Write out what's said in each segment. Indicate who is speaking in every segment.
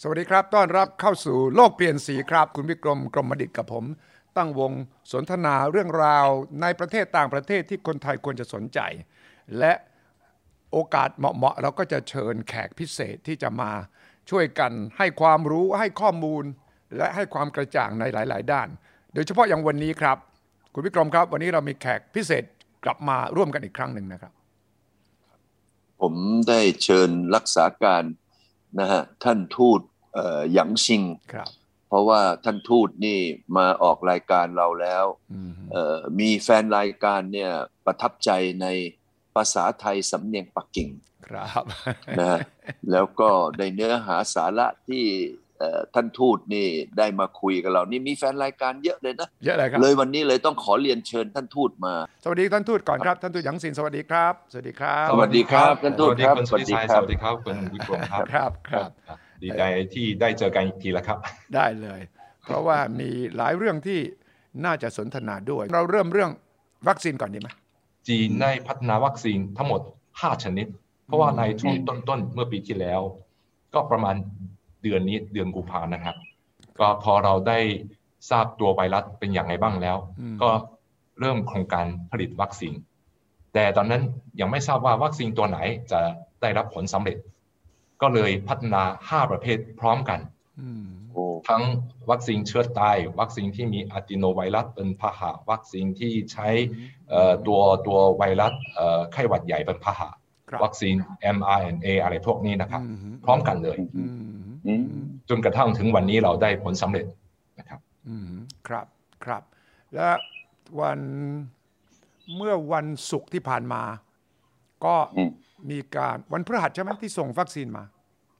Speaker 1: สวัสดีครับ ต้อนรับเข้าสู่โลกเปลี่ยนสีครับ คุณวิกรมกรมดิตกับผม ตั้งวงสนทนาเรื่องราวในประเทศต่างประเทศที่คนไทยควรจะสนใจ และโอกาสเหมาะๆเราก็จะเชิญแขกพิเศษที่จะมาช่วยกันให้ความรู้ให้ข้อมูล และให้ความกระจ่างในหลาย ๆ ด้าน โดยเฉพาะอย่างวันนี้ครับ คุณวิกรมครับวันนี้เรามีแขกพิเศษกลับมาร่วมกันอีกครั้งหนึ่งนะครับ
Speaker 2: ผมได้เชิญรักษาการนะฮะท่านทูตเอ่อหยางชิง
Speaker 1: ครับ
Speaker 2: เพราะว่าท่านทูตนี่มาออกรายการเราแล้ว
Speaker 1: อืม
Speaker 2: เอ่อมีแฟนรายการเนี่ยประทับใจในภาษาไทยสำเนียงปักกิ่ง
Speaker 1: ครับ
Speaker 2: นะฮะ แล้วก็ในเนื้อหาสาระที่เอ่อท่านทูตนี่ได้มาคุยกับเรานี่มีแฟนรายการเยอะเลยนะ
Speaker 1: เยอะเลยครับ
Speaker 2: เลยวันนี้เลยต้องขอเรียนเชิญท่านทูตมา
Speaker 1: สวัสดีท่านทูตก่อนครับท่านทูตหยางซินสวัสดีครับ สวัสดีครับ
Speaker 2: สวัสดีครับท่าน
Speaker 3: ส
Speaker 2: ทูต
Speaker 3: วัสดี
Speaker 2: ครับ
Speaker 3: คุณสุริชัยสวัสดีครับคุณวิกรมครับ
Speaker 1: ครับครับ
Speaker 3: ดีใจที่ได้เจอกันอีกทีแล้วครับ
Speaker 1: ได้เลย เพราะว่ามีหลายเรื่องที่น่าจะสนทนาด้วย เราเริ่มเรื่องวัคซีนก่อนดีไหม
Speaker 3: จีนได้พัฒนาวัคซีนทั้งหมด 5 ชนิด เพราะว่าในช่วงต้นๆ เมื่อปีที่แล้ว ก็ประมาณเดือนนี้เดือนกุมภานะครับ ก็พอเราได้ทราบตัวไวรัสเป็นอย่างไรบ้างแล้ว
Speaker 1: อืม
Speaker 3: ก็เริ่มโครงการผลิตวัคซีน แต่ตอนนั้นยังไม่ทราบว่าวัคซีนตัวไหนจะได้รับผลสำเร็จ ก็เลยพัฒนา 5 ประเภทพร้อมกัน
Speaker 1: อืม
Speaker 2: โอ้
Speaker 3: ทั้งวัคซีนเชื้อตาย วัคซีนที่มีอะติโนไวรัสเป็นพาหะวัคซีนที่ใช้เอ่อตัวตัวไวรัสเอ่อไข้หวัดใหญ่เป็นพาหะ
Speaker 1: ครับ
Speaker 3: วัคซีน mRNA อะไรพวกนี้นะครับ พร้อมกันเลย
Speaker 1: อืม
Speaker 2: อืม
Speaker 3: จนกระทั่งถึงวันนี้เราได้ผลสำเร็จนะครับ
Speaker 1: อืมครับครับ และวันเมื่อวันศุกร์ที่ผ่านมา ก็
Speaker 2: อืม
Speaker 1: มีการวันพฤหัสใช่ไหมที่ส่งวัคซีนมา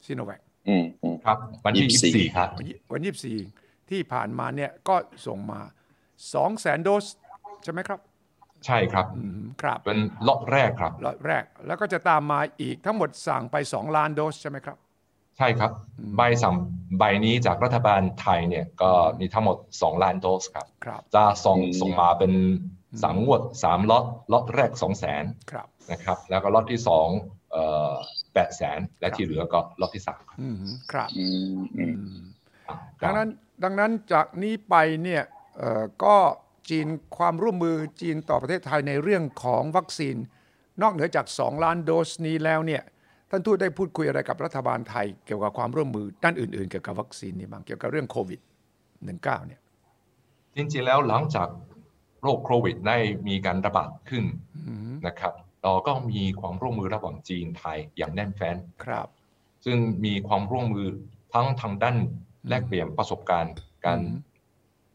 Speaker 1: ซีโนแวค
Speaker 2: อืมอืม
Speaker 3: ครับ วัน
Speaker 2: 24
Speaker 3: ที่24ครับ
Speaker 1: วันยี่สี่ที่ผ่านมาเนี่ยก็ส่งมาสองแสนโดส ใช่ไหมครับ
Speaker 3: ใช่ครับ
Speaker 1: อืมครับ
Speaker 3: เป็นล็อตแรกครับ
Speaker 1: ล็อตแรกแล้วก็จะตามมาอีกทั้งหมดสั่งไป 2 ล้านโดสใช่ไหมครับ
Speaker 3: ใช่ครับ
Speaker 1: อืม
Speaker 3: ใบสั่งใบนี้จากรัฐบาลไทยเนี่ยก็มีทั้งหมด 2 ล้านโดสครับ
Speaker 1: ครับ
Speaker 3: จะส่ง
Speaker 2: อืม
Speaker 3: ส่งมาเป็นสามงวดสามล็อตล็อตแรก2 0 0 0 0 0
Speaker 1: ครับ
Speaker 3: นะครับแล้วก็ล็อตที่สองเอ่อแปดแสนและที่เหลือก็ล็อตที่สาม
Speaker 1: อืมครับ
Speaker 2: อืมอื
Speaker 1: อื
Speaker 2: ม
Speaker 1: ม
Speaker 3: ค
Speaker 1: ดั
Speaker 3: รับ
Speaker 1: งนั้นดังนั้นจากนี้ไปเนี่ยเอ่อก็จีนความร่วมมือจีนต่อประเทศไทยในเรื่องของวัคซีน นอกเหนือจาก 2 ล้านโดสนี้แล้วเนี่ยท่านทูตได้พูดคุยอะไรกับรัฐบาลไทย เกี่ยวกับความร่วมมือด้านอื่น ๆ เกี่ยวกับวัคซีนนี่บ้างเกี่ยวกับเรื่องโควิด -19 เนี่ย
Speaker 3: จริงๆแล้วหลังจากโรคโควิดได้มีการระบาดขึ้น
Speaker 1: อืม
Speaker 3: นะครับเราก็มีความร่วมมือระหว่างจีนไทยอย่างแน่นแฟ้น
Speaker 1: ครับ
Speaker 3: ซึ่งมีความร่วมมือทั้งทางด้านแลกเปลี่ยนประสบการณ์ การ
Speaker 1: อืม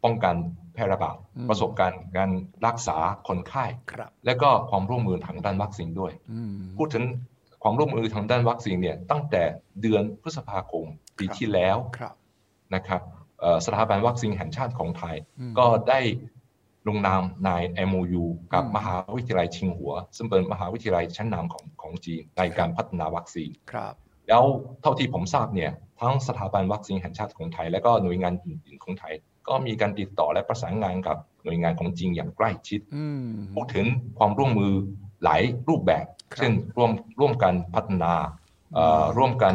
Speaker 3: ป้องกันแพร่ระบาด
Speaker 1: อืม
Speaker 3: ประสบการณ์การรักษาคนไข้
Speaker 1: ครับ
Speaker 3: และก็ความร่วมมือทางด้านวัคซีนด้วย
Speaker 1: อืม
Speaker 3: พูดถึงความร่วมมือทางด้านวัคซีนเนี่ยตั้งแต่เดือนพฤษภาคมปี
Speaker 1: ครับ
Speaker 3: ที่แล้ว
Speaker 1: ครับ
Speaker 3: นะครับเอ่อสถาบันวัคซีนแห่งชาติของไทย
Speaker 1: อืม
Speaker 3: ก็ได้ลงนามใน MOU กับ
Speaker 1: อืม
Speaker 3: มหาวิทยาลัยชิงหัว ซึ่งเป็นมหาวิทยาลัยชั้นนำของของจีนในการพัฒนาวัคซีน
Speaker 1: ครับ
Speaker 3: แล้วเท่าที่ผมทราบเนี่ยทั้งสถาบันวัคซีนแห่งชาติของไทย และก็หน่วยงานอื่นๆของไทย ก็มีการติดต่อและประสานงานกับหน่วยงานของจีนอย่างใกล้ชิด
Speaker 1: อืม
Speaker 3: พูดถึงความร่วมมือหลายรูปแบบ
Speaker 1: ครับ
Speaker 3: เช่นร่วมร่วมกันพัฒนาเอ่อ
Speaker 1: อืม
Speaker 3: ร่วมกัน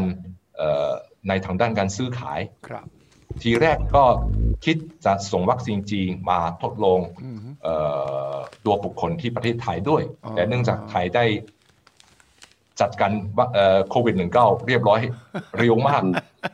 Speaker 3: เอ่อในทางด้านการซื้อขาย
Speaker 1: ครับ
Speaker 3: ทีแรกก็คิดจะส่งวัคซีนจีนมาทดลอง
Speaker 1: อืม
Speaker 3: เอ่อตัวบุคคลที่ประเทศไทยด้วย
Speaker 1: อ๋อ
Speaker 3: แต่เนื่องจากไทยได้จัดการวัคเอ่อโควิด -19 เรียบร้อยเร็ว มาก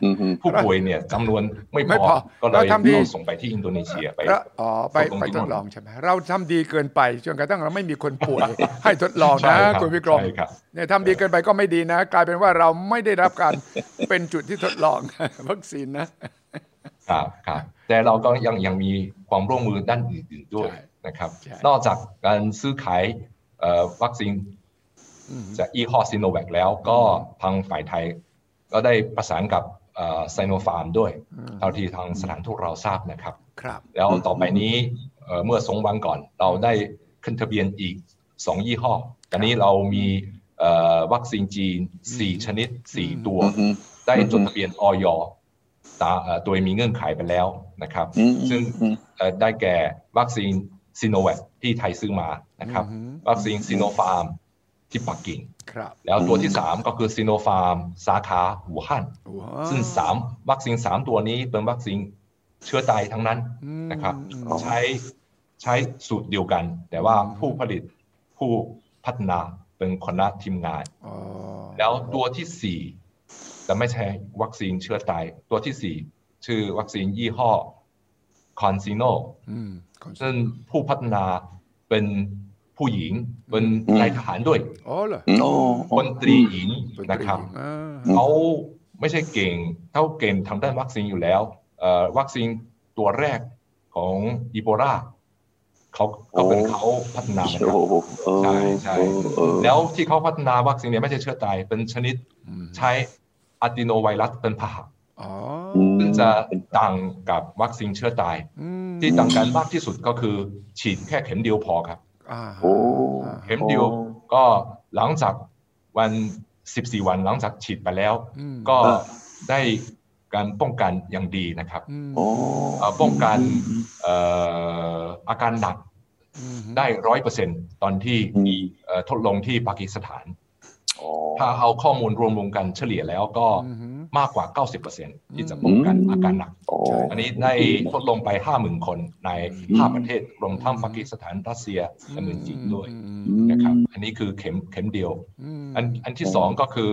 Speaker 2: อืมอืม
Speaker 3: ผู้ป่วยเนี่ยจำนวนไม่
Speaker 1: ไม่
Speaker 3: พ
Speaker 1: พ
Speaker 3: อ
Speaker 1: อ
Speaker 3: ก็เล
Speaker 1: เรา
Speaker 3: ย
Speaker 1: ทำดี
Speaker 3: ต้องส่งไปที่อินโดนีเซียไป
Speaker 1: แล้วอ๋อไป
Speaker 3: ตกลง
Speaker 1: ไปท
Speaker 3: ที่นู่
Speaker 1: ด
Speaker 3: น
Speaker 1: ลองใช่ไหมเราทำดีเกินไปจนกระทั่งเราไม่มีคนป่ วย ให้ทดลอง
Speaker 3: ใช่
Speaker 1: นะ
Speaker 3: รับ
Speaker 1: คุณวิกรม
Speaker 3: ใช่ครับ
Speaker 1: เนี่ยทำดีเกินไปก็ไม่ดีนะ กลายเป็นว่าเราไม่ได้รับการ เป็นจุดที่ทดลอง วัคซีนนะครับ
Speaker 3: ครับแต่เราก็ยังยังมีความร่วมมือด้านอื่นๆด้วย
Speaker 1: ใช่
Speaker 3: นะครับ
Speaker 1: ใช่
Speaker 3: นอกจากการซื้อขายเอ่อวัคซีน
Speaker 1: อืม
Speaker 3: จากยี่ห้อซิโนแวคแล้วก็ทางฝ่ายไทย ก็ได้ประสานกับไซโนฟาร์มด้วย
Speaker 1: อืม
Speaker 3: เท่าที่ทางสถานทูตเราทราบนะครับ
Speaker 1: ครับ
Speaker 3: แล้วต่อไปนี้เอ่อเมื่อสองวันก่อน เราได้ขึ้นทะเบียนอีก 2 ยี่ห้อตอนนี้เรามีเอ่อวัคซีนจีน 4 ชนิด
Speaker 1: อืม
Speaker 3: 4 ตัว
Speaker 2: อืม
Speaker 3: ได้จดทะเบียนออยตาเอ่อโดยมีเงื่อนไขไปแล้วนะครับ
Speaker 2: อืม
Speaker 3: ซึ่ง
Speaker 2: อืม
Speaker 3: เอ่อได้แก่วัคซีนซิโนแวคที่ไทยซื้อมานะครับ
Speaker 1: อืม
Speaker 3: วัคซีนซิโนฟาร์มที่ปักกิ่ง
Speaker 1: ครับ
Speaker 3: แล้วตัวที่ 3 ก็คือซีโนฟาร์มสาขาหูฮั่น
Speaker 1: ว้า
Speaker 3: ซึ่ง3วัคซีน3 ตัวนี้เป็นวัคซีนเชื้อตายทั้งนั้น
Speaker 1: อืม
Speaker 3: นะครับ
Speaker 1: อืม
Speaker 2: อ๋อ
Speaker 3: ใช้ใช้สูตรเดียวกัน แต่ว่า
Speaker 1: อืม
Speaker 3: ผู้ผลิตผู้พัฒนาเป็นคนละทีมงาน
Speaker 1: อ๋อ
Speaker 3: แล้วตัวที่สี่จะไม่ใช่วัคซีนเชื้อตาย ตัวที่สี่ชื่อวัคซีนยี่ห้อคอนซีโน
Speaker 1: อืมขอบคุณ
Speaker 3: ซึ่งผู้พัฒนาเป็นผู้หญิง เป็นนายทหารด้วย
Speaker 1: อ๋อเหรอ
Speaker 2: โอ้
Speaker 3: พลตรีหญิง
Speaker 1: เป็
Speaker 3: นะครับ
Speaker 1: อ่า
Speaker 3: เขาไม่ใช่เก่งเท่าเก่งทางด้านวัคซีนอยู่แล้วเอ่อวัคซีนตัวแรกของอีโบราเขาก็เป็นเขาพัฒนานะค
Speaker 2: โอ้
Speaker 3: รับ
Speaker 2: โหเออ
Speaker 3: ใช่ใช่
Speaker 2: เออ
Speaker 3: แล้วที่เขาพัฒนาวัคซีนเนี่ยไม่ใช่เชื้อตาย เป็นชนิด
Speaker 1: อืม
Speaker 3: ใช้อะดีโนไวรัสเป็นพาหะ
Speaker 1: อ๋อ
Speaker 3: ซึ่งจะต่างกับวัคซีนเชื้อตาย
Speaker 1: อืม
Speaker 3: ที่ต่างกันมากที่สุดก็คือ ฉีดแค่เข็มเดียวพอครับ
Speaker 1: อ่า
Speaker 2: โอ้
Speaker 1: อ่า
Speaker 3: เข็มเดียวก็หลังจากวัน 14 วันหลังจากฉีดไปแล้ว
Speaker 1: อืม
Speaker 3: ก็ได้การป้องกันอย่างดีนะครับ
Speaker 1: อืม
Speaker 2: โอ้
Speaker 3: เอ่อป้องกันเอ่ออาการหนัก
Speaker 1: อืม
Speaker 3: ได้ร้อยเปอร์เซ็นตอนที่
Speaker 2: มี
Speaker 3: เอ่อทดลองที่ปากีสถาน
Speaker 2: อ๋อ
Speaker 3: ถ้าเอาข้อมูลรวมๆกันเฉลี่ยแล้วก็
Speaker 1: อืม
Speaker 3: มากกว่า 90%ที่จะป้องกันอาการหนัก
Speaker 2: โอ้
Speaker 3: อันนี้ได้ทดลงไป 50,000 คนใน
Speaker 2: อืม
Speaker 3: 5 ประเทศรวมทั้งปากีสถานรัสเซียและเมืองจีนด้วยนะครับ อันนี้คือเข็มเข็มเดียว อันอันที่สองก็คือ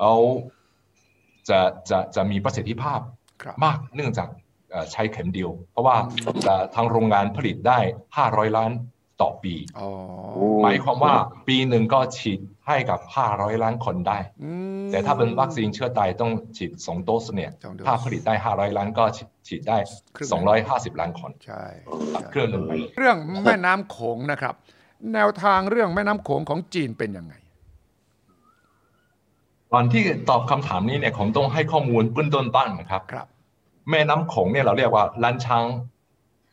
Speaker 3: เอาจะจะจะมีประสิทธิภาพ
Speaker 1: ครับ
Speaker 3: มากเนื่องจากเอ่อใช้เข็มเดียว เพราะว่า
Speaker 1: อืม
Speaker 3: จะทางโรงงานผลิตได้ 500 ล้านต่อปี
Speaker 1: อ๋อ
Speaker 2: โอ้
Speaker 3: หมายความว่าปีหนึ่งก็ฉีดให้กับ 500 ล้านคนได้
Speaker 1: อืม
Speaker 3: แต่ถ้าเป็นวัคซีนเชื้อตายต้องฉีดสองโดสเนี่ย
Speaker 1: สองโดส
Speaker 3: ถ้าผลิตได้ 500 ล้านก็ฉีดฉีดได้
Speaker 1: ครึ่ง
Speaker 3: 250 ล้านคน
Speaker 1: ใช่
Speaker 3: ตัด
Speaker 1: ใช่
Speaker 3: เครื่องหนึ่งไปเลย
Speaker 1: เรื่องแม่น้ำโขงนะครับ แนวทางเรื่องแม่น้ำโขงของจีนเป็นยังไง
Speaker 3: ก่อนที่ตอบคำถามนี้เนี่ยผมต้องให้ข้อมูลเบื้องต้นบ้างนะครับ
Speaker 1: ครับ
Speaker 3: แม่น้ำโขงเนี่ยเราเรียกว่าล้านช้าง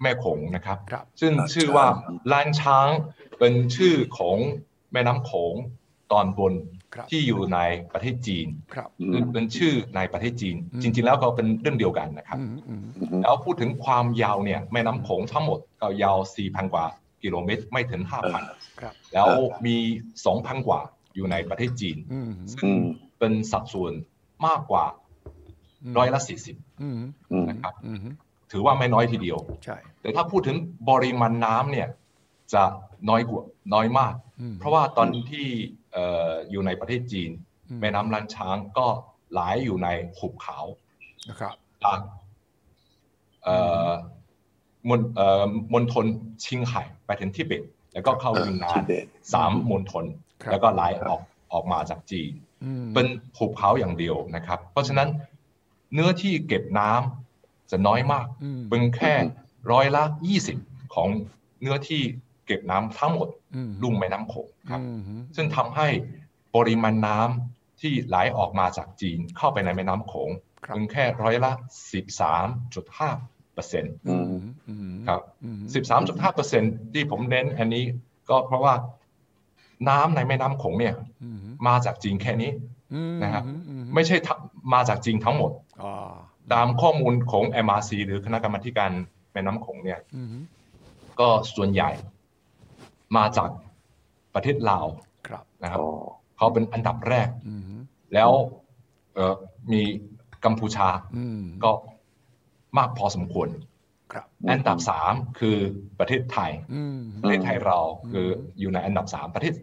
Speaker 3: แม่โขงนะครับ
Speaker 1: ครับ
Speaker 3: ซึ่งชื่อว่าล้านช้างเป็นชื่อของแม่น้ำโขงตอนบน
Speaker 1: ครับ
Speaker 3: ที่อยู่ในประเทศจีน
Speaker 1: ครับ
Speaker 2: อื
Speaker 3: ซึ่
Speaker 2: ม
Speaker 3: งเป็นชื่อในประเทศจีน
Speaker 1: อืม
Speaker 3: จริง ๆ แล้วก็เป็นเรื่องเดียวกันนะครับ
Speaker 1: อืมอืม
Speaker 2: อืม
Speaker 3: แล้วพูดถึงความยาวเนี่ยแม่น้ำโขงทั้งหมดก็ยาว 4,000 กว่ากิโลเมตรไม่ถึง
Speaker 1: ครับ
Speaker 3: 5,000 แล้วมี 2,000 กว่าอยู่ในประเทศจีน
Speaker 1: อืม
Speaker 3: ซึ่งเป็นสัดส่วนมากกว่าร้อยละ
Speaker 1: อืม
Speaker 2: อืม
Speaker 3: นะครับ
Speaker 1: อืม
Speaker 3: 40 ถือว่าไม่น้อยทีเดียว
Speaker 1: ใช่
Speaker 3: แต่ถ้าพูดถึงปริมาณน้ำเนี่ยจะน้อยกว่าน้อยมาก
Speaker 1: อืม
Speaker 3: เพราะว่าตอนที่เอ่ออยู่ในประเทศจีน
Speaker 1: อื
Speaker 3: แม่น้ำลันช้างก็ไหลอยู่ในหุบเขา
Speaker 1: นะครับ
Speaker 3: จากเอ่อมณเอ่อมณฑลชิงไห่ไปถึงทิเบต แล้วก็เข้ายูนนานสามมณฑล
Speaker 1: ครับ
Speaker 3: แล้วก็ไหลออกออกมาจากจีน
Speaker 1: อืม
Speaker 3: เป็นหุบเขาอย่างเดียวนะครับ เพราะฉะนั้นเนื้อที่เก็บน้ำจะน้อยมาก
Speaker 1: อืม
Speaker 3: เป็นแค่ร้อยละ 20 ของเนื้อที่เก็บน้ำทั้งหมด
Speaker 1: อืม
Speaker 3: ลุ่มแม่น้ำโขงครับ
Speaker 1: อืม
Speaker 3: ซึ่งทำให้ปริมาณน้ำที่ไหลออกมาจากจีนเข้าไปในแม่น้ำโขง
Speaker 1: ครับ
Speaker 3: เป็นแค่ร้อยละ 13.5เปอร์เซ็นต์
Speaker 1: อืมอืม
Speaker 3: ครับ
Speaker 1: อืม
Speaker 3: 13.5เปอร์เซ็นต์ที่ผมเน้นอันนี้ก็เพราะว่าน้ำในแม่น้ำโขงเนี่ย
Speaker 1: อืม
Speaker 3: มาจากจีนแค่นี้
Speaker 1: อืม
Speaker 3: นะครับ
Speaker 1: อื
Speaker 3: ไม่ใช่ทั้งมาจากจีนทั้งหมด
Speaker 1: อ๋อ
Speaker 3: ตามข้อมูลของ MRC หรือคณะกรรมาธิการแม่น้ำโขงเนี่ย
Speaker 1: อืม
Speaker 3: ก็ส่วนใหญ่มาจากประเทศลาว
Speaker 1: ครับ
Speaker 3: นะครับเขาเป็นอันดับแรก
Speaker 1: อืม
Speaker 3: แล้วเอ่อมีกัมพูชา
Speaker 1: อืม
Speaker 3: ก็มากพอสมควร
Speaker 1: ครับ
Speaker 3: อันดับสามคือประเทศไทย
Speaker 1: อืม
Speaker 3: ประเทศไทยเราคือ
Speaker 1: ม
Speaker 3: อยู่ในอันดับสามประเทศ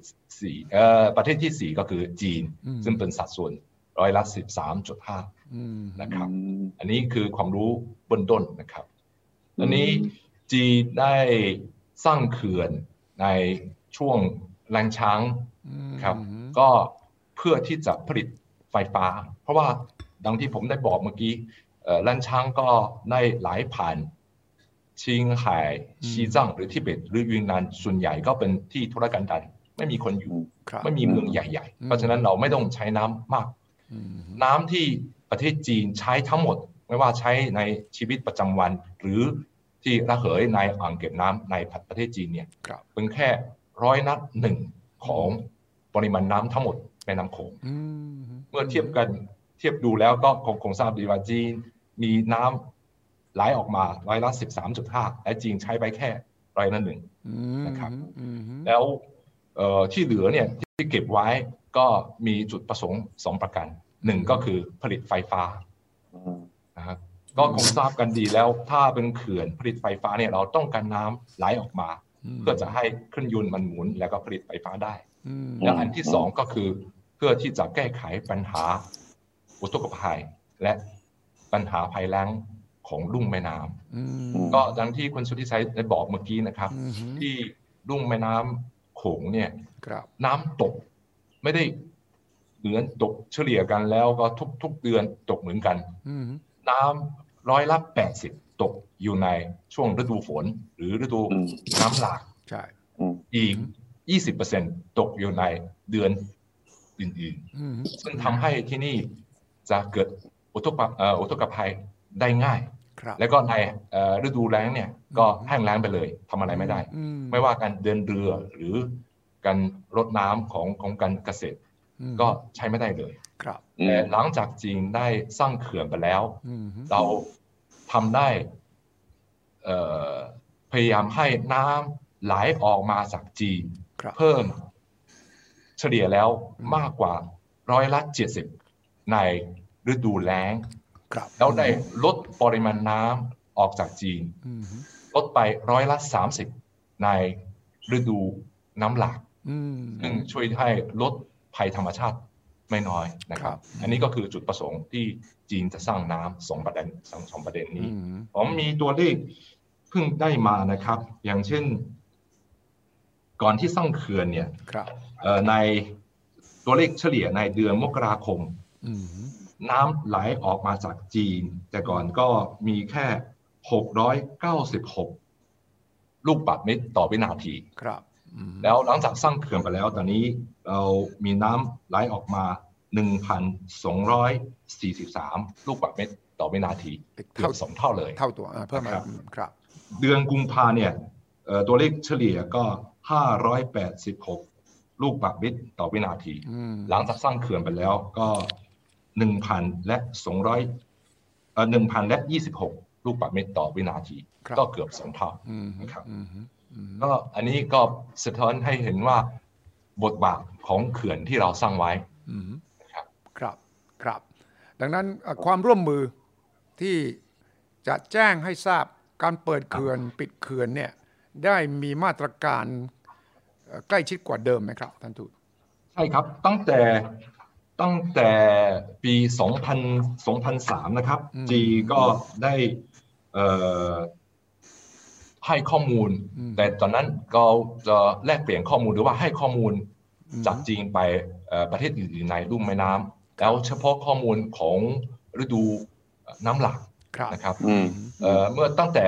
Speaker 3: สี่เอ่อประเทศที่สี่ก็คือจีน
Speaker 1: อืม
Speaker 3: ซึ่งเป็นสัดส่วนร้อยละสิบสามจุดห้า
Speaker 1: อืม
Speaker 3: นะครับ อันนี้คือความรู้เบื้องต้นนะครับ อันนี้
Speaker 2: อืม
Speaker 3: จีนได้สร้างเขื่อนในช่วงแรงช้าง
Speaker 1: อืม
Speaker 3: ครับ ก็เพื่อที่จะผลิตไฟฟ้า เพราะว่าดังที่ผมได้บอกเมื่อกี้เอ่อแรงช้างก็ได้ไหลผ่านชิงไห่ซีจั่งหรือทิเบตหรือยูนนานส่วนใหญ่ก็เป็นที่ธุรกันดารไม่มีคนอยู่
Speaker 1: ครับ
Speaker 3: ไม่มีเมืองใหญ่
Speaker 1: อื
Speaker 3: ๆ
Speaker 1: ม
Speaker 3: เพราะฉะนั้นเราไม่ต้องใช้น้ำมาก
Speaker 1: อืม
Speaker 3: น้ำที่ประเทศจีนใช้ทั้งหมด ไม่ว่าใช้ในชีวิตประจำวัน หรือที่ระเหยในอ่างเก็บน้ำในประเทศจีนเนี่ย
Speaker 1: ครับ
Speaker 3: เป็นแค่ร้อยนัดหนึ่งของปริมาณน้ำทั้งหมดแม่น้ำโขง
Speaker 1: อื
Speaker 3: เมื่อเทียบกันเทียบดูแล้วก็คงคงทราบดีว่าจีนมีน้ำไหลออกมาร้อยละสิบสามจุดห้าและจีนใช้ไปแค่ร้อยละหนึ่ง
Speaker 1: อืม
Speaker 3: นะครับ
Speaker 1: อืม
Speaker 3: แล้วเอ่อที่เหลือเนี่ยที่เก็บไว้ ก็มีจุดประสงค์สองประการหนึ่งก็คือผลิตไฟฟ้า
Speaker 2: อืม
Speaker 3: นะครับก็คงทราบกันดีแล้วถ้าเป็นเขื่อนผลิตไฟฟ้าเนี่ยเราต้องการน้ำไหลออกมา เพื่อจะให้เครื่องยนต์มันหมุนแล้วก็ผลิตไฟฟ้าได้
Speaker 1: อืม
Speaker 3: และอันที่สองก็คือเพื่อที่จะแก้ไขปัญหาอุทกภัย และปัญหาภัยแล้งของลุ่มแม่น้ำ
Speaker 1: อืม
Speaker 3: ก็ดังที่คุณสุทธิชัยได้บอกเมื่อกี้นะครับ
Speaker 1: อืม
Speaker 3: ที่ลุ่มแม่น้ำโขงเนี่ย
Speaker 1: ครับ
Speaker 3: น้ำตกไม่ได้เหมือนตกเฉลี่ยกันแล้วก็ทุกๆเดือนตกเหมือนกัน
Speaker 1: อืม
Speaker 3: น้ำร้อยละแปดสิบตกอยู่ในช่วงฤดูฝน หรือฤดู
Speaker 2: อืม
Speaker 3: น้ำหลาก
Speaker 1: ใช่
Speaker 2: อืม
Speaker 3: อีก 20%ตกอยู่ในเดือนอื่น
Speaker 1: อืม
Speaker 3: ๆ ซึ่งทำให้ที่นี่จะเกิดอุทกภัยเอ่ออุทกภัยได้ง่าย
Speaker 1: ครับ
Speaker 3: แล้วก็ในเอ่อฤดูแล้งเนี่ยก็แห้งแล้งไปเลยทำอะไรไม่ได้
Speaker 1: อื
Speaker 3: ไม่ว่าการเดินเรือหรือการรดน้ำของของการเกษตร
Speaker 1: อืม
Speaker 3: ก็ใช้ไม่ได้เลย
Speaker 1: ครับ
Speaker 3: แต่หลังจากจีนได้สร้างเขื่อนไปแล้ว
Speaker 1: อืม
Speaker 3: เราทำได้เอ่อพยายามให้น้ำไหลออกมาจากจีน
Speaker 1: ครับ
Speaker 3: เพิ่มเฉลี่ยแล้ว
Speaker 1: อืม
Speaker 3: มากกว่าร้อยละเจ็ดสิบในฤดูแล้ง
Speaker 1: ครับ
Speaker 3: แล้วได้ลดปริมาณน้ำออกจากจีน
Speaker 1: อืม
Speaker 3: ลดไปร้อยละสามสิบในฤดูน้ำหลาก
Speaker 1: อืม
Speaker 3: ซึ่งช่วยให้ลดภัยธรรมชาติไม่น้อยนะครั
Speaker 1: ครับ บ
Speaker 3: อันนี้ก็คือจุดประสงค์ที่จีนจะสร้างน้ำสองประเด็นสองสองประเด็น
Speaker 1: อื
Speaker 3: นี้
Speaker 1: ม
Speaker 3: ผมมีตัวเลขเพิ่งได้มานะครับ อย่างเช่น ก่อนที่สร้างเขื่อนเนี่ย
Speaker 1: ครับ
Speaker 3: เอ่อในตัวเลขเฉลี่ยในเดือนมกราคม
Speaker 1: อืม
Speaker 3: น้ำไหลออกมาจากจีน แต่ก่อนก็มีแค่ 696 ลูกบาศก์เมตรต่อวินาที
Speaker 1: ครับอืม
Speaker 3: แล้วหลังจากสร้างเขื่อนไปแล้วตอนนี้เรามีน้ำไหลออกมา 1,243 ลูกบาศก์เมตรต่อวินาทีเกือ
Speaker 1: เท่า
Speaker 3: บสองเท่าเลย
Speaker 1: เท่าตัวอ่าเพิ่มมา
Speaker 3: ครับ
Speaker 1: อืมครับ
Speaker 3: เดือนกุมภาเนี่ยเอ่อตัวเลขเฉลี่ยก็ 586 ลูกบาศก์เมตรต่อวินาที
Speaker 1: อืม
Speaker 3: หลังจากสร้างเขื่อนไปแล้วก็หนึ่งพันและสองร้อยเอ่อหนึ่งพันและยี่สิบหกลูกบาศก์เมตรต่อวินาที
Speaker 1: ครับ
Speaker 3: ก็เกือบสองเท่า
Speaker 1: อืม
Speaker 3: ครับ
Speaker 1: อืมอืม
Speaker 3: ก็อันนี้ก็สะท้อนให้เห็นว่าบทบาทของเขื่อนที่เราสร้างไว้
Speaker 1: อืม
Speaker 3: ครับ
Speaker 1: ครับครับ ดังนั้นเอ่อความร่วมมือที่จะแจ้งให้ทราบการเปิดเขื่อนปิดเขื่อนเนี่ย ได้มีมาตรการเอ่อใกล้ชิดกว่าเดิมไหมครับท่านทูต
Speaker 3: ใช่ครับตั้งแต่ตั้งแต่ปี2000 2003 นะครับ จีก็ได้เอ่อให้ข้อมูล
Speaker 1: อืม
Speaker 3: แต่ตอนนั้นก็จะแลกเปลี่ยนข้อมูลหรือว่าให้ข้อมูล
Speaker 1: อืม
Speaker 3: จากจีนไปเอ่อประเทศอื่นๆในลุ่มแม่น้ำแล้วเฉพาะข้อมูลของฤดูน้ำหลาก
Speaker 1: ครับ
Speaker 3: นะครับ
Speaker 2: อืม
Speaker 3: เอ่อเมื่อตั้งแต่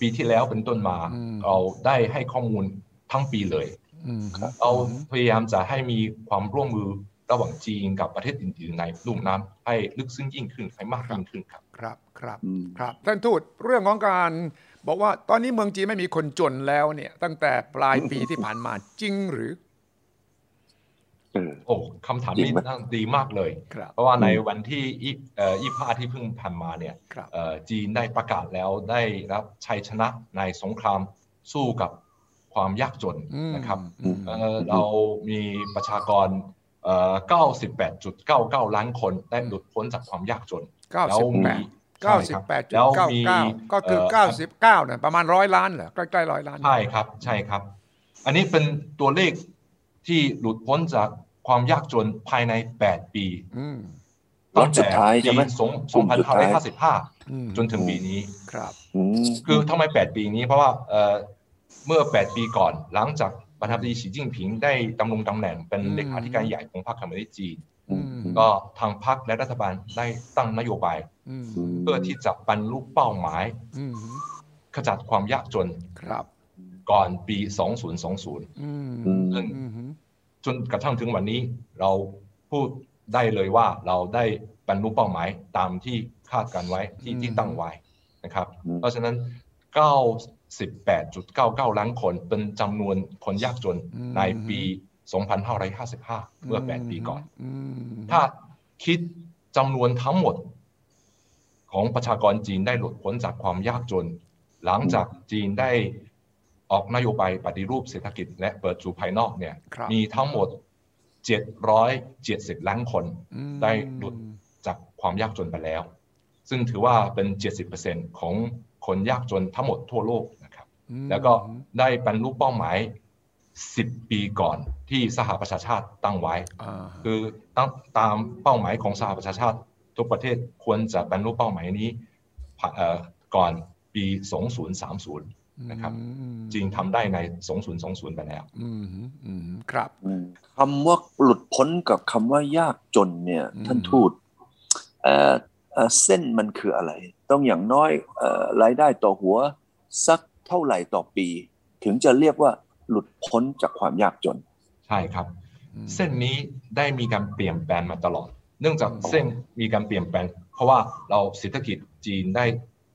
Speaker 3: ปีที่แล้วเป็นต้นมา
Speaker 1: อืม
Speaker 3: เราได้ให้ข้อมูลทั้งปีเลย
Speaker 1: อืม
Speaker 3: เราพยายามจะให้มีความร่วมมือระหว่างจีนกับประเทศอื่นๆในลุ่มน้ำให้ลึกซึ้งยิ่งขึ้นให้มากยิ่งขึ้นครับ
Speaker 1: ครับครับ
Speaker 2: อืม
Speaker 1: ครับท่านทูตเรื่องของการบอกว่าตอนนี้เมืองจีนไม่มีคนจนแล้วเนี่ย ตั้งแต่ปลายปีที่ผ่านมาจริงหรือ
Speaker 2: เออ
Speaker 3: โอ้คำถาม
Speaker 2: จริ
Speaker 3: นี้
Speaker 2: งไหม
Speaker 3: น่าดีมากเลย
Speaker 1: ครับ
Speaker 3: เพราะว่าในวันที่ยี่เอ่อยี่สิบห้าที่เพิ่งผ่านมาเนี่ย
Speaker 1: ครับ
Speaker 3: เอ่อจีนได้ประกาศแล้วได้รับชัยชนะในสงครามสู้กับความยากจน
Speaker 1: อืม
Speaker 3: นะครับ
Speaker 1: อืม
Speaker 3: เอ่อเรามีประชากรเอ่อ98.99 ล้านคนได้หลุดพ้นจากความยากจน
Speaker 1: เก้า
Speaker 3: แล้ว
Speaker 1: สิบแป
Speaker 3: มี
Speaker 1: ด
Speaker 3: ใช่
Speaker 1: เก้าสิ
Speaker 3: ค
Speaker 1: บ
Speaker 3: รับ
Speaker 1: แปดจุด
Speaker 3: แล้ว
Speaker 1: เก้า
Speaker 3: มี
Speaker 1: เก้าก็คือ
Speaker 3: เ
Speaker 1: เก้าสิบเก้าเนี่ยประมาณร้อยล้านเหรอใกล้ๆร้อยล้าน
Speaker 3: ใช่ครับใช่ครับ อันนี้เป็นตัวเลขที่หลุดพ้นจากความยากจนภายใน 8 ปี
Speaker 1: อืม
Speaker 2: ล็อตสุดท้ายใช่ไหม
Speaker 3: ปี2555
Speaker 1: อืม
Speaker 3: จนถึงปีนี้
Speaker 1: ครับ
Speaker 2: อืม
Speaker 3: คือทำไม 8 ปีนี้เพราะว่าเอ่อเมื่อ 8 ปีก่อนหลังจากประธานาธิบดีสีจิ้นผิงได้ดำรงตำแหน่งเป็นเลขาธิการใหญ่ของพรรคคอมมิวนิสต์จีน
Speaker 1: อืม
Speaker 3: ก็ทางพรรคและรัฐบาลได้ตั้งนโยบาย
Speaker 1: อืม
Speaker 2: ม
Speaker 3: เพื่อที่จะบรรลุเป้าหมาย
Speaker 1: อืม
Speaker 3: ขจัดความยากจน
Speaker 1: ครับ
Speaker 3: ก่อนปี 2020
Speaker 1: อืม
Speaker 2: อืม
Speaker 3: ซึ่ง
Speaker 1: อืม
Speaker 3: จนกระทั่งถึงวันนี้เราพูดได้เลยว่าเราได้บรรลุเป้าหมายตามที่คาดการไว้ที่ที่ตั้งไว้นะครับ
Speaker 2: อืม
Speaker 3: เพราะฉะนั้น 98.99 ล้านคนเป็นจำนวนคนยากจนในปี 2555 เมื่อ 8 ปีก่อน
Speaker 1: ม
Speaker 3: ถ้าคิดจำนวนทั้งหมดของประชากรจีนได้หลุดพ้นจากความยากจน หลังจากจีนได้ออกนโยบายปฏิรูปเศรษฐกิจและเปิดสู่ภายนอกเนี่ย
Speaker 1: ครับ
Speaker 3: มีทั้งหมด 770 ล้านคน
Speaker 1: อืม
Speaker 3: ได้หลุด จากความยากจนไปแล้ว ซึ่งถือว่าเป็น 70%ของคนยากจนทั้งหมดทั่วโลกนะครับ
Speaker 1: อืม
Speaker 3: แล้วก็ได้บรรลุเป้าหมาย 10 ปีก่อนที่สหประชาชาติตั้งไว้
Speaker 1: อ่า
Speaker 3: คือตั้งตามเป้าหมายของสหประชาชาติ ทุกประเทศควรจะบรรลุเป้าหมายนี้ผ่าเอ่อก่อนปี 2030 นะครับ จริงทำได้ใน 2020 ไปแล้ว
Speaker 1: อืมอืมครับ
Speaker 2: อืมคำว่าหลุดพ้นกับคำว่ายากจนเนี่ย
Speaker 1: อืม
Speaker 2: ท่านทูตเอ่อเอ่อเส้นมันคืออะไร ต้องอย่างน้อยเอ่อรายได้ต่อหัว สักเท่าไหร่ต่อปี ถึงจะเรียกว่าหลุดพ้นจากความยากจน
Speaker 3: ใช่ครับ
Speaker 1: อืม
Speaker 3: เส้นนี้ได้มีการเปลี่ยนแปลงมาตลอด เนื่องจาก
Speaker 1: อืม
Speaker 3: เส้นมีการเปลี่ยนแปลง เพราะว่าเราเศรษฐกิจจีนได้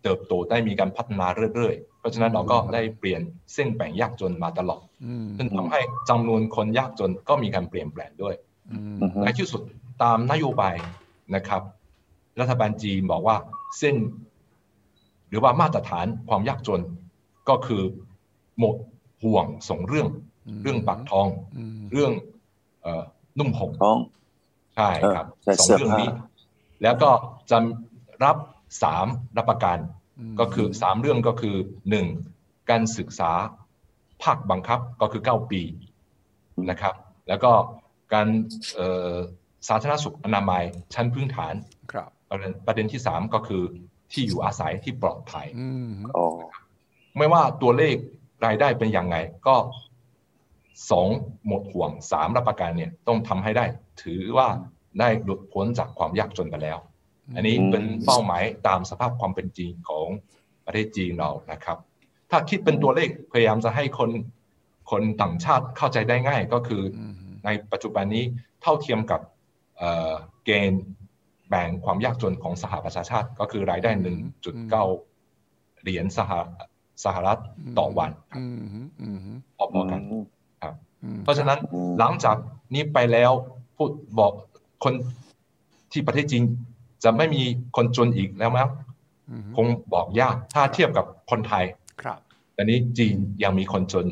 Speaker 3: เติบโตได้มีการพัฒนาเรื่อยๆ เพราะฉะนั้นเราก็ได้เปลี่ยนเส้นแบ่งยากจนมาตลอด
Speaker 1: อืม
Speaker 3: ซึ่งทำให้จำนวนคนยากจนก็มีการเปลี่ยนแปลงด้วย
Speaker 1: อืม
Speaker 2: อือฮึ
Speaker 3: ในที่สุดตามนโยบายนะครับ รัฐบาลจีนบอกว่าเส้น หรือว่ามาตรฐานความยากจนก็คือหมดห่วงสองเรื่อง เรื่องปากท้อง
Speaker 1: อืม
Speaker 3: เรื่องเอ่อนุ่มห่ม
Speaker 2: ท้อง
Speaker 3: ใช่ครับ
Speaker 2: เออใส่
Speaker 3: สอง
Speaker 2: เสื้อ
Speaker 3: เรื่อง
Speaker 2: ผ้า
Speaker 3: นี้แล้วก็จะรับสามรับประกัน
Speaker 1: อืม
Speaker 3: ก็คือสามเรื่องก็คือหนึ่งการศึกษาภาคบังคับก็คือ 9 ปีนะครับ แล้วก็การเอ่อสาธารณสุขอนามัยชั้นพื้นฐาน
Speaker 1: ครับ
Speaker 3: ประเด็นประเด็นที่ 3 ก็คือที่อยู่อาศัยที่ปลอดภัย
Speaker 1: อืม
Speaker 2: อ๋อ
Speaker 3: ไม่ว่าตัวเลขรายได้เป็นอย่างไงก็สองหมดห่วงสามรับประกันเนี่ยต้องทำให้ได้ ถือว่าได้หลุดพ้นจากความยากจนไปแล้ว อันนี้เป็นเป้าหมายตามสภาพความเป็นจริงของประเทศจีนเรานะครับ ถ้าคิดเป็นตัวเลขพยายามจะให้คนคนต่างชาติเข้าใจได้ง่ายก็คืออ
Speaker 1: อืม
Speaker 3: ในปัจจุบันนี้เท่าเทียมกับเอ่อเกณฑ์แบ่งความยากจนของสหประชาชาติ ก็คือรายได้ 1.9 เหรียญสหสหรัฐต่อวัน
Speaker 1: อืมอืม
Speaker 3: พอๆกัน
Speaker 2: อืม
Speaker 1: อืม
Speaker 3: เพราะฉะนั้น
Speaker 2: อืม
Speaker 3: หลังจากนี้ไปแล้วพูดบอกคนที่ประเทศจีนจะไม่มีคนจนอีกแล้วมั้ง
Speaker 1: อืม
Speaker 3: คงบอกยากถ้าเทียบกับคนไทย
Speaker 1: ครับ
Speaker 3: แต่นี้จีนยังมีคนจน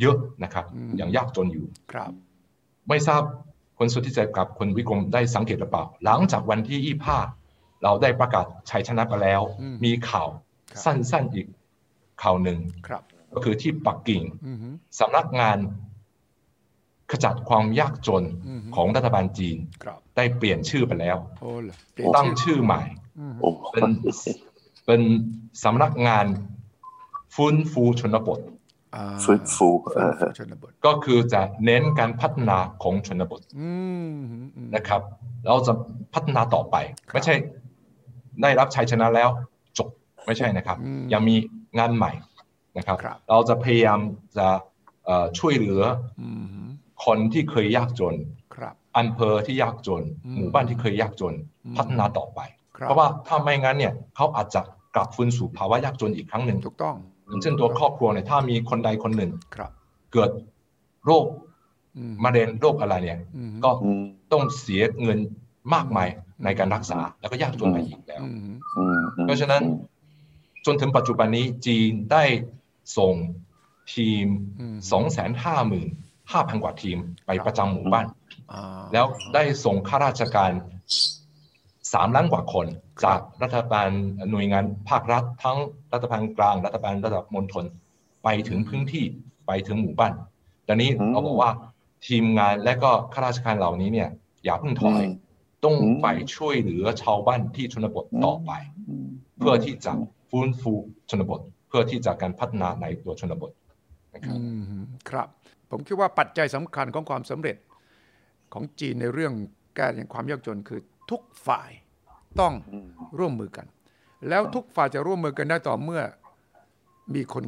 Speaker 3: เยอะนะครับ
Speaker 1: อืม
Speaker 3: ยังยากจนอยู่
Speaker 1: ครับ
Speaker 3: ไม่ทราบคนสุทธิใจกับคนวิกรมได้สังเกตหรือเปล่า หลังจากวันที่ยี่้าเราได้ประกาศชัยชนะไปแล้ว
Speaker 1: อืม
Speaker 3: มีข่าว
Speaker 1: ครับ
Speaker 3: สั้นๆอีกข่าวหนึ่ง
Speaker 1: ครับ
Speaker 3: ก็คือที่ปักกิ่ง
Speaker 1: อืม
Speaker 3: สำนักงานขจัดความยากจน
Speaker 1: อืม
Speaker 3: ของรัฐบาลจีน
Speaker 1: ครับ
Speaker 3: ได้เปลี่ยนชื่อไปแล้ว
Speaker 1: โอ้ล่ะ
Speaker 3: ตั้งชื่อใหม่
Speaker 1: อืม
Speaker 2: โอ้
Speaker 3: เป็น เป็นสำนักงานฟื้นฟูชนบท
Speaker 1: อ่า
Speaker 2: ฟื้นฟู
Speaker 1: ฟื้
Speaker 2: เออ
Speaker 1: นฟูชนบท
Speaker 3: ก็คือจะเน้นการพัฒนาของชนบท
Speaker 1: อืมอืมอืม
Speaker 3: นะครับ เราจะพัฒนาต่อไป
Speaker 1: ครับ
Speaker 3: ไม่ใช่ได้รับชัยชนะแล้วจบไม่ใช่นะครับ
Speaker 1: อืม
Speaker 3: ยังมีงานใหม่นะครับ
Speaker 1: ครับ
Speaker 3: เราจะพยายามจะเอ่อช่วยเหลือ
Speaker 1: อืม
Speaker 3: คนที่เคยยากจน
Speaker 1: ครับ
Speaker 3: อำเภอที่ยากจน
Speaker 1: อืม
Speaker 3: หมู่บ้านที่เคยยากจน
Speaker 1: อืม
Speaker 3: พัฒนาต่อไป
Speaker 1: คบ
Speaker 3: เพราะว่าถ้าไม่งั้นเนี่ยเขาอาจจะกลับฟื้นสู่ภาวะยากจนอีกครั้งหนึ่ง
Speaker 1: ถูกต้อง
Speaker 3: เช่นตัวครอบครัวเนี่ยถ้ามีคนใดคนหนึ่ง
Speaker 1: ครับ
Speaker 3: เกิดโรค
Speaker 1: อื
Speaker 3: มะเร็งโรคอะไรเนี่ย
Speaker 1: อืม
Speaker 3: ก็
Speaker 2: อืม
Speaker 3: ต้องเสียเงินมากมายในการรักษาแล้วก็ยากจนไปอีกแล้ว
Speaker 1: อืม
Speaker 2: อืมอืม
Speaker 3: เพราะฉะนั้น จนถึงปัจจุบันนี้จีนได้ส่งทีม
Speaker 1: อืม
Speaker 3: 2 5 5 0 0 0 กว่าทีมไปประจำหมู่บ้าน
Speaker 1: อ่า
Speaker 3: แล้วได้ส่งข้าราชการ 3 ล้านกว่าคน จากรัฐบาลหน่วยงานภาครัฐ ทั้งรัฐบาลกลาง รัฐบาลระดับมณฑลไปถึงพื้นที่ไปถึงหมู่บ้านดังนี้เราบอกว่าทีมงานและก็ข้าราชการเหล่านี้เนี่ย อย่าเพิ่งถ
Speaker 2: อื
Speaker 3: อ
Speaker 2: ม
Speaker 3: ย ต้อง
Speaker 2: อืม
Speaker 3: ไปช่วยเหลือชาวบ้านที่ชนบทต่อไป
Speaker 2: ม
Speaker 3: เพื่อที่จะฟื้นฟูชนบท เพื่อที่จะการพัฒนาในตัวชนบทนะครับ
Speaker 1: อืมครับ ผมคิดว่าปัจจัยสำคัญของความสำเร็จของจีนในเรื่องแก้อย่างความยากจนคือทุกฝ่ายต้อง
Speaker 2: อืม
Speaker 1: ร่วมมือกัน แล้วทุกฝ่ายจะร่วมมือกันได้ต่อเมื่อมีคน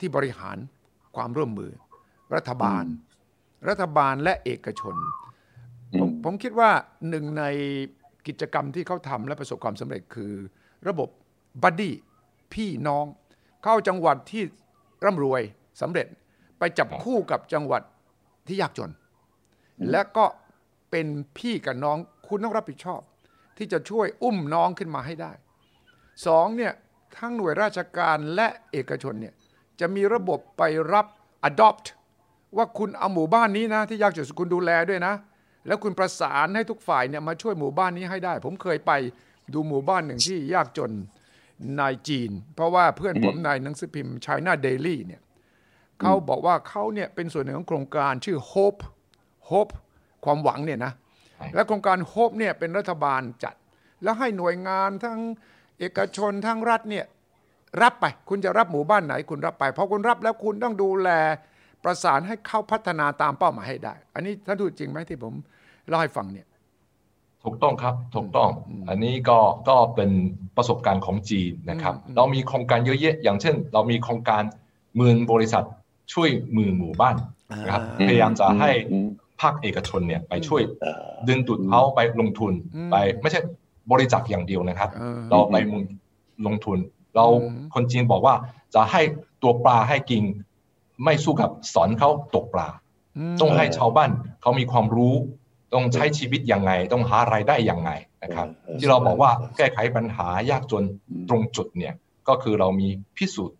Speaker 1: ที่บริหารความร่วมมือ รัฐบาล รัฐบาลและเอกชน ผมผมคิดว่าหนึ่งในกิจกรรมที่เขาทำและประสบความสำเร็จคือ ระบบบัดดี้พี่น้อง เข้าจังหวัดที่ร่ำรวยสำเร็จไปจับคู่กับจังหวัดที่ยากจน และก็เป็นพี่กับน้องคุณต้องรับผิดชอบ ที่จะช่วยอุ้มน้องขึ้นมาให้ได้สองเนี่ยทั้งหน่วยราชการและเอกชนเนี่ยจะมีระบบไปรับ adopt ว่าคุณเอาหมู่บ้านนี้นะที่ยากจนคุณดูแลด้วยนะ แล้วคุณประสานให้ทุกฝ่ายเนี่ยมาช่วยหมู่บ้านนี้ให้ได้ ผมเคยไปดูหมู่บ้านหนึ่งที่ยากจนในจีน เพราะว่าเพื่อนผมในหนังสือพิมพ์ China Daily เนี่ยเขาบอกว่าเขาเนี่ยเป็นส่วนหนึ่งของโครงการชื่อ Hope Hope ความหวังเนี่ยนะ
Speaker 3: ใช่
Speaker 1: และโครงการโฮปเนี่ยเป็นรัฐบาลจัด แล้วให้หน่วยงานทั้งเอกชนทั้งรัฐเนี่ยรับไปคุณจะรับหมู่บ้านไหนคุณรับไปพอคุณรับแล้วคุณต้องดูแลประสานให้เข้าพัฒนาตามเป้าหมายให้ได้ อันนี้ท่านทูตจริงไหมที่ผมเล่าให้ฟังเนี่ย
Speaker 3: ถูกต้องครับถูกต้อง
Speaker 1: อืม
Speaker 3: อันนี้ก็ก็เป็นประสบการณ์ของจีนนะครับ
Speaker 1: อืม
Speaker 3: เรามีโครงการเยอะแยะอย่างเช่น เรามีโครงการหมื่นบริษัทช่วยหมื่นหมู่บ้านนะครับ
Speaker 1: อ่า
Speaker 3: พยายามจะให้
Speaker 2: อืม
Speaker 3: ภาคเอกชนเนี่ยไปช่วย
Speaker 2: เอ่อ
Speaker 3: ดึงดูดเขาไปลงทุน
Speaker 1: อืม
Speaker 3: ไปไม่ใช่บริจาคอย่างเดียวนะครับ
Speaker 1: เออ
Speaker 3: เราไปลงลงทุน เรา
Speaker 1: อืม
Speaker 3: คนจีนบอกว่าจะให้ตัวปลาให้กินไม่สู้กับสอนเขาตกปลา
Speaker 1: ม
Speaker 3: ต้องให้
Speaker 2: เออ
Speaker 3: ชาวบ้านเขามีความรู้ ต้องใช้ชีวิตยังไง ต้องหารายได้ยังไงนะครับ
Speaker 2: เอ่อ
Speaker 3: ที่เราบอกว่าแก้ไขปัญหายากจน
Speaker 2: อืม
Speaker 3: ตรงจุดเนี่ยก็คือเรามีพิสูจน์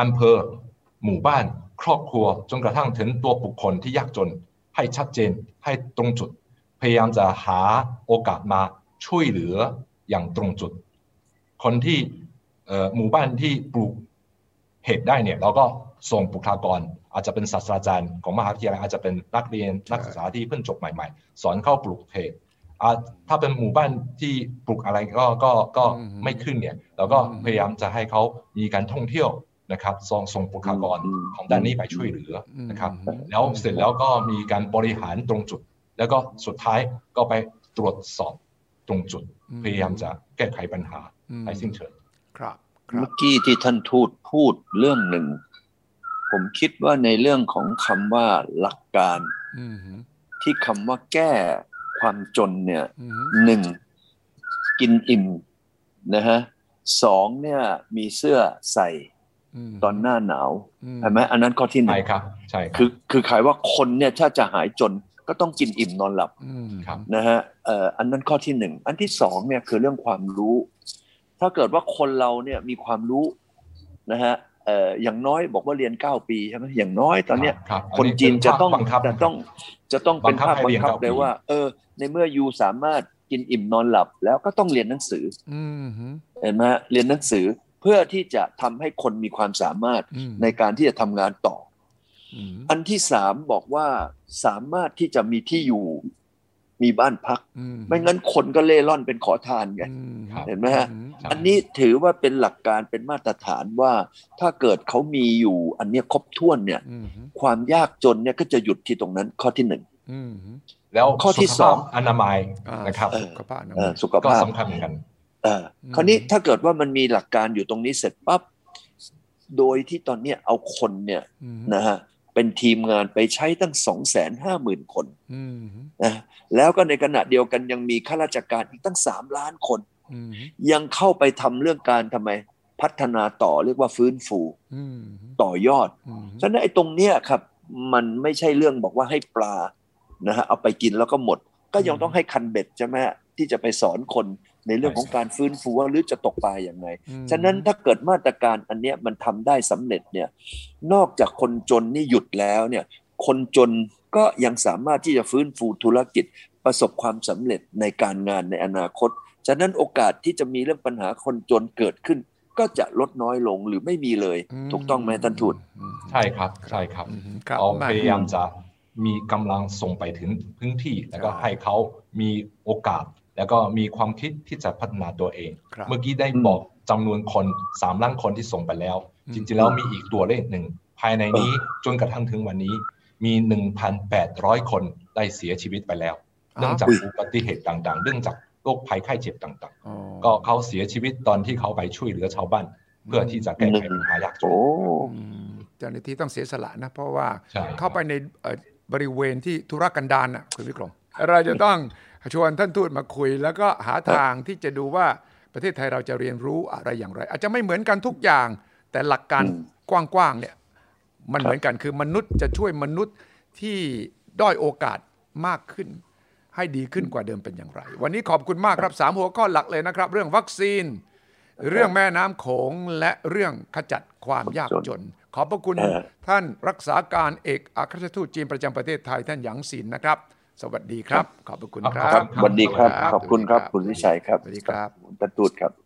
Speaker 3: อำเภอ หมู่บ้าน ครอบครัวจนกระทั่งถึงตัวบุคคลที่ยากจน ให้ชัดเจนให้ตรงจุด พยายามจะหาโอกาสมาช่วยเหลืออย่างตรงจุด คนที่เอ่อหมู่บ้านที่ปลูกเห็ดได้เนี่ย เราก็ส่งบุคลากร อาจจะเป็นศาสตราจารย์ของมหาวิทยาลัยอาจจะเป็นนักเรียนนักศึกษาที่เพิ่งจบใหม่ๆ สอนเข้าปลูกเห็ด อ่าถ้าเป็นหมู่บ้านที่ปลูกอะไรก็ก็ก็
Speaker 1: อืม
Speaker 3: ไม่ขึ้นเนี่ยเราก็
Speaker 1: อืม
Speaker 3: พยายามจะให้เขามีการท่องเที่ยวนะครับส่งส่งบุคลากร
Speaker 2: อืม
Speaker 3: ของด้านนี้ไปช่วยเหลือนะครับ
Speaker 1: อืม
Speaker 3: แล้วเสร็จแล้วก็มีการบริหารตรงจุด แล้วก็สุดท้ายก็ไปตรวจสอบตรงจุด
Speaker 1: อืม
Speaker 3: พยายามจะแก้ไขปัญหาให้สิ้นเชิง
Speaker 1: ครับครั
Speaker 2: เมื่
Speaker 1: บ
Speaker 2: อกี้ที่ท่านทูตพูดเรื่องหนึ่ง ผมคิดว่าในเรื่องของคำว่าหลักการ
Speaker 1: อืมฮึ
Speaker 2: ที่คำว่าแก้ความจนเนี่ย
Speaker 1: อืมฮึ
Speaker 2: หนึ่งกินอิ่มนะฮะสองเนี่ยมีเสื้อใส่
Speaker 1: ม
Speaker 2: ตอนหน้าหนาว
Speaker 1: อื
Speaker 2: ใช่ไหมอันนั้นข้อที่ห
Speaker 3: ใช่
Speaker 2: นึ่ง
Speaker 3: ครับใช่ครับ
Speaker 2: คือคือขายว่าคนเนี่ยถ้าจะหายจนก็ต้องกินอิ่มนอนหลับ
Speaker 1: อืม
Speaker 3: ครับ
Speaker 2: นะฮะเอ่ออันนั้นข้อที่หนึ่ง อันที่สองเนี่ยคือเรื่องความรู้ ถ้าเกิดว่าคนเราเนี่ยมีความรู้นะฮะเอ่ออย่างน้อยบอกว่าเรียน 9 ปีใช่ไหมอย่างน้อยตอนเนี้ย
Speaker 3: ครับรับ
Speaker 2: คนจีนจะต้อง
Speaker 3: บังคับ
Speaker 2: จะต้องจะต้องเป็นภาพ
Speaker 3: บั
Speaker 2: บัง
Speaker 3: งคับให้เรียน
Speaker 2: คับ
Speaker 3: เก้าปี
Speaker 2: เลยว่าเออในเมื่อยูสามารถกินอิ่มนอนหลับ แล้วก็ต้องเรียนหนังสือ
Speaker 1: อืมฮึ
Speaker 2: เห็นไหมฮะเรียนหนังสือเพื่อที่จะทำให้คนมีความสามารถ
Speaker 1: อืม
Speaker 2: ในการที่จะทำงานต่อ
Speaker 1: อืม
Speaker 2: อันที่สามบอกว่าสามารถที่จะมีที่อยู่มีบ้านพัก
Speaker 1: อื
Speaker 2: ไม่งั้นคนก็เล่ร่อนเป็นขอทานไง
Speaker 1: อืม
Speaker 3: ครับ
Speaker 2: เห็นไหมฮะ
Speaker 1: อื
Speaker 3: ครับ
Speaker 2: อันนี้ถือว่าเป็นหลักการเป็นมาตรฐานว่าถ้าเกิดเขามีอยู่อันเนี้ยครบถ้วนเนี่ย
Speaker 1: อืมฮึ
Speaker 2: ความยากจนเนี่ยก็จะหยุดที่ตรงนั้นข้อที่หนึ่ง
Speaker 1: อืมฮึ
Speaker 3: แล้ว
Speaker 2: ข้อที่
Speaker 3: ภาพ
Speaker 2: สอง
Speaker 3: อนามัย
Speaker 1: อ่า
Speaker 3: นะครับ
Speaker 1: สุขภาพอนะ
Speaker 2: เอ่อสุข
Speaker 3: ก็
Speaker 2: ภาพ
Speaker 3: สำคัญเหมือนกัน
Speaker 2: เอ่ออ
Speaker 1: ม
Speaker 2: คราวนี้ถ้าเกิดว่ามันมีหลักการอยู่ตรงนี้เสร็จปั๊บโดยที่ตอนเนี้ยเอาคนเนี่ย
Speaker 1: อืม
Speaker 2: นะฮะเป็นทีมงานไปใช้ตั้ง 2 5 0 0 0 0 คน
Speaker 1: อืม
Speaker 2: นะแล้วก็ในขณะเดียวกันยังมีข้าราชการอีกตั้ง 3 ล้านคน
Speaker 1: อืม
Speaker 2: ยังเข้าไปทำเรื่องการทำไมพัฒนาต่อเรียกว่าฟื้นฟู
Speaker 1: อืม
Speaker 2: ต่อยอด
Speaker 1: อืม
Speaker 2: ฉะนั้นไอ้ตรงเนี้ยครับมันไม่ใช่เรื่องบอกว่าให้ปลานะฮะเอาไปกินแล้วก็หมด ก็ยังต้องให้คันเบ็ดใช่ไหมฮะที่จะไปสอนคนในเรื่องของการฟื้นฟูว่าหรือจะตกปลาอย่างไรฉะนั้นถ้าเกิดมาตรการอันเนี้ยมันทำได้สำเร็จเนี่ยนอกจากคนจนนี่หยุดแล้วเนี่ยคนจนก็ยังสามารถที่จะฟื้นฟูธุรกิจประสบความสำเร็จในการงานในอนาคต ฉะนั้นโอกาสที่จะมีเรื่องปัญหาคนจนเกิดขึ้น ก็จะลดน้อยลงหรือไม่มีเลย ถูกต้องไหมท่านทูต
Speaker 1: อืม
Speaker 3: ใช่ครับใช่ครับ
Speaker 1: อืมครับ
Speaker 3: เรา
Speaker 1: ม
Speaker 3: พยายามจะมีกำลังส่งไปถึงพื้นที่ แล้วก็ให้เขามีโอกาส แล้วก็มีความคิดที่จะพัฒนาตัวเอง
Speaker 1: ครับ
Speaker 3: เมื่อกี้ได้บอกจำนวนคนสามล้านคนที่ส่งไปแล้ว
Speaker 1: อืม
Speaker 3: จริงๆแล้วมีอีกตัวเลขหนึ่ง ภายในนี้จนกระทั่งถึงวันนี้ มี 1,800 คนได้เสียชีวิตไปแล้ว เนื่องจาก
Speaker 2: อุ๊ย
Speaker 3: อุบัติเหตุต่างๆ เนื่องจากโรคภัยไข้เจ็บต่าง
Speaker 1: อ๋อ
Speaker 3: ๆ ก็เขาเสียชีวิตตอนที่เขาไปช่วยเหลือชาวบ้าน เพื่อที่จะแก้ไขปัญหายากจน
Speaker 2: โอ้
Speaker 1: อืมเจ้าหน้าที่ต้องเสียสละนะ เพราะว่า
Speaker 3: ใช่
Speaker 1: เข้าไปในเอ่อบริเวณที่ธุรกันดารน่ะคุณวิกรมเราจะต้อง ชวนท่านทูตมาคุย แล้วก็หาทางที่จะดูว่าประเทศไทยเราจะเรียนรู้อะไรอย่างไร อาจจะไม่เหมือนกันทุกอย่าง แต่หลักการ
Speaker 2: อืม
Speaker 1: กว้างๆเนี่ยมันเหมือนกันคือมนุษย์จะช่วยมนุษย์ที่ด้อยโอกาสมากขึ้น ให้ดีขึ้นกว่าเดิมเป็นอย่างไร วันนี้ขอบคุณมากครับสามหัวข้อหลักเลยนะครับ เรื่องวัคซีน เรื่องแม่น้ำโขงและเรื่องขจัดความยากจน ขอบพระคุณ
Speaker 2: เออ
Speaker 1: ท่านรักษาการเอกอัครราชทูตจีนประจำประเทศไทยท่านหยางศินนะครับ สวัสดีครับ ขอบพระคุณค
Speaker 3: ขอบ
Speaker 1: รับ
Speaker 3: คุณครับ
Speaker 2: วันดีครับ
Speaker 1: ครับ
Speaker 2: ขอบคุณครับ
Speaker 1: สวัสดีครับ
Speaker 2: คุณวิชัยครับ
Speaker 1: สวัสดีครับ
Speaker 2: ผมประตูดครับ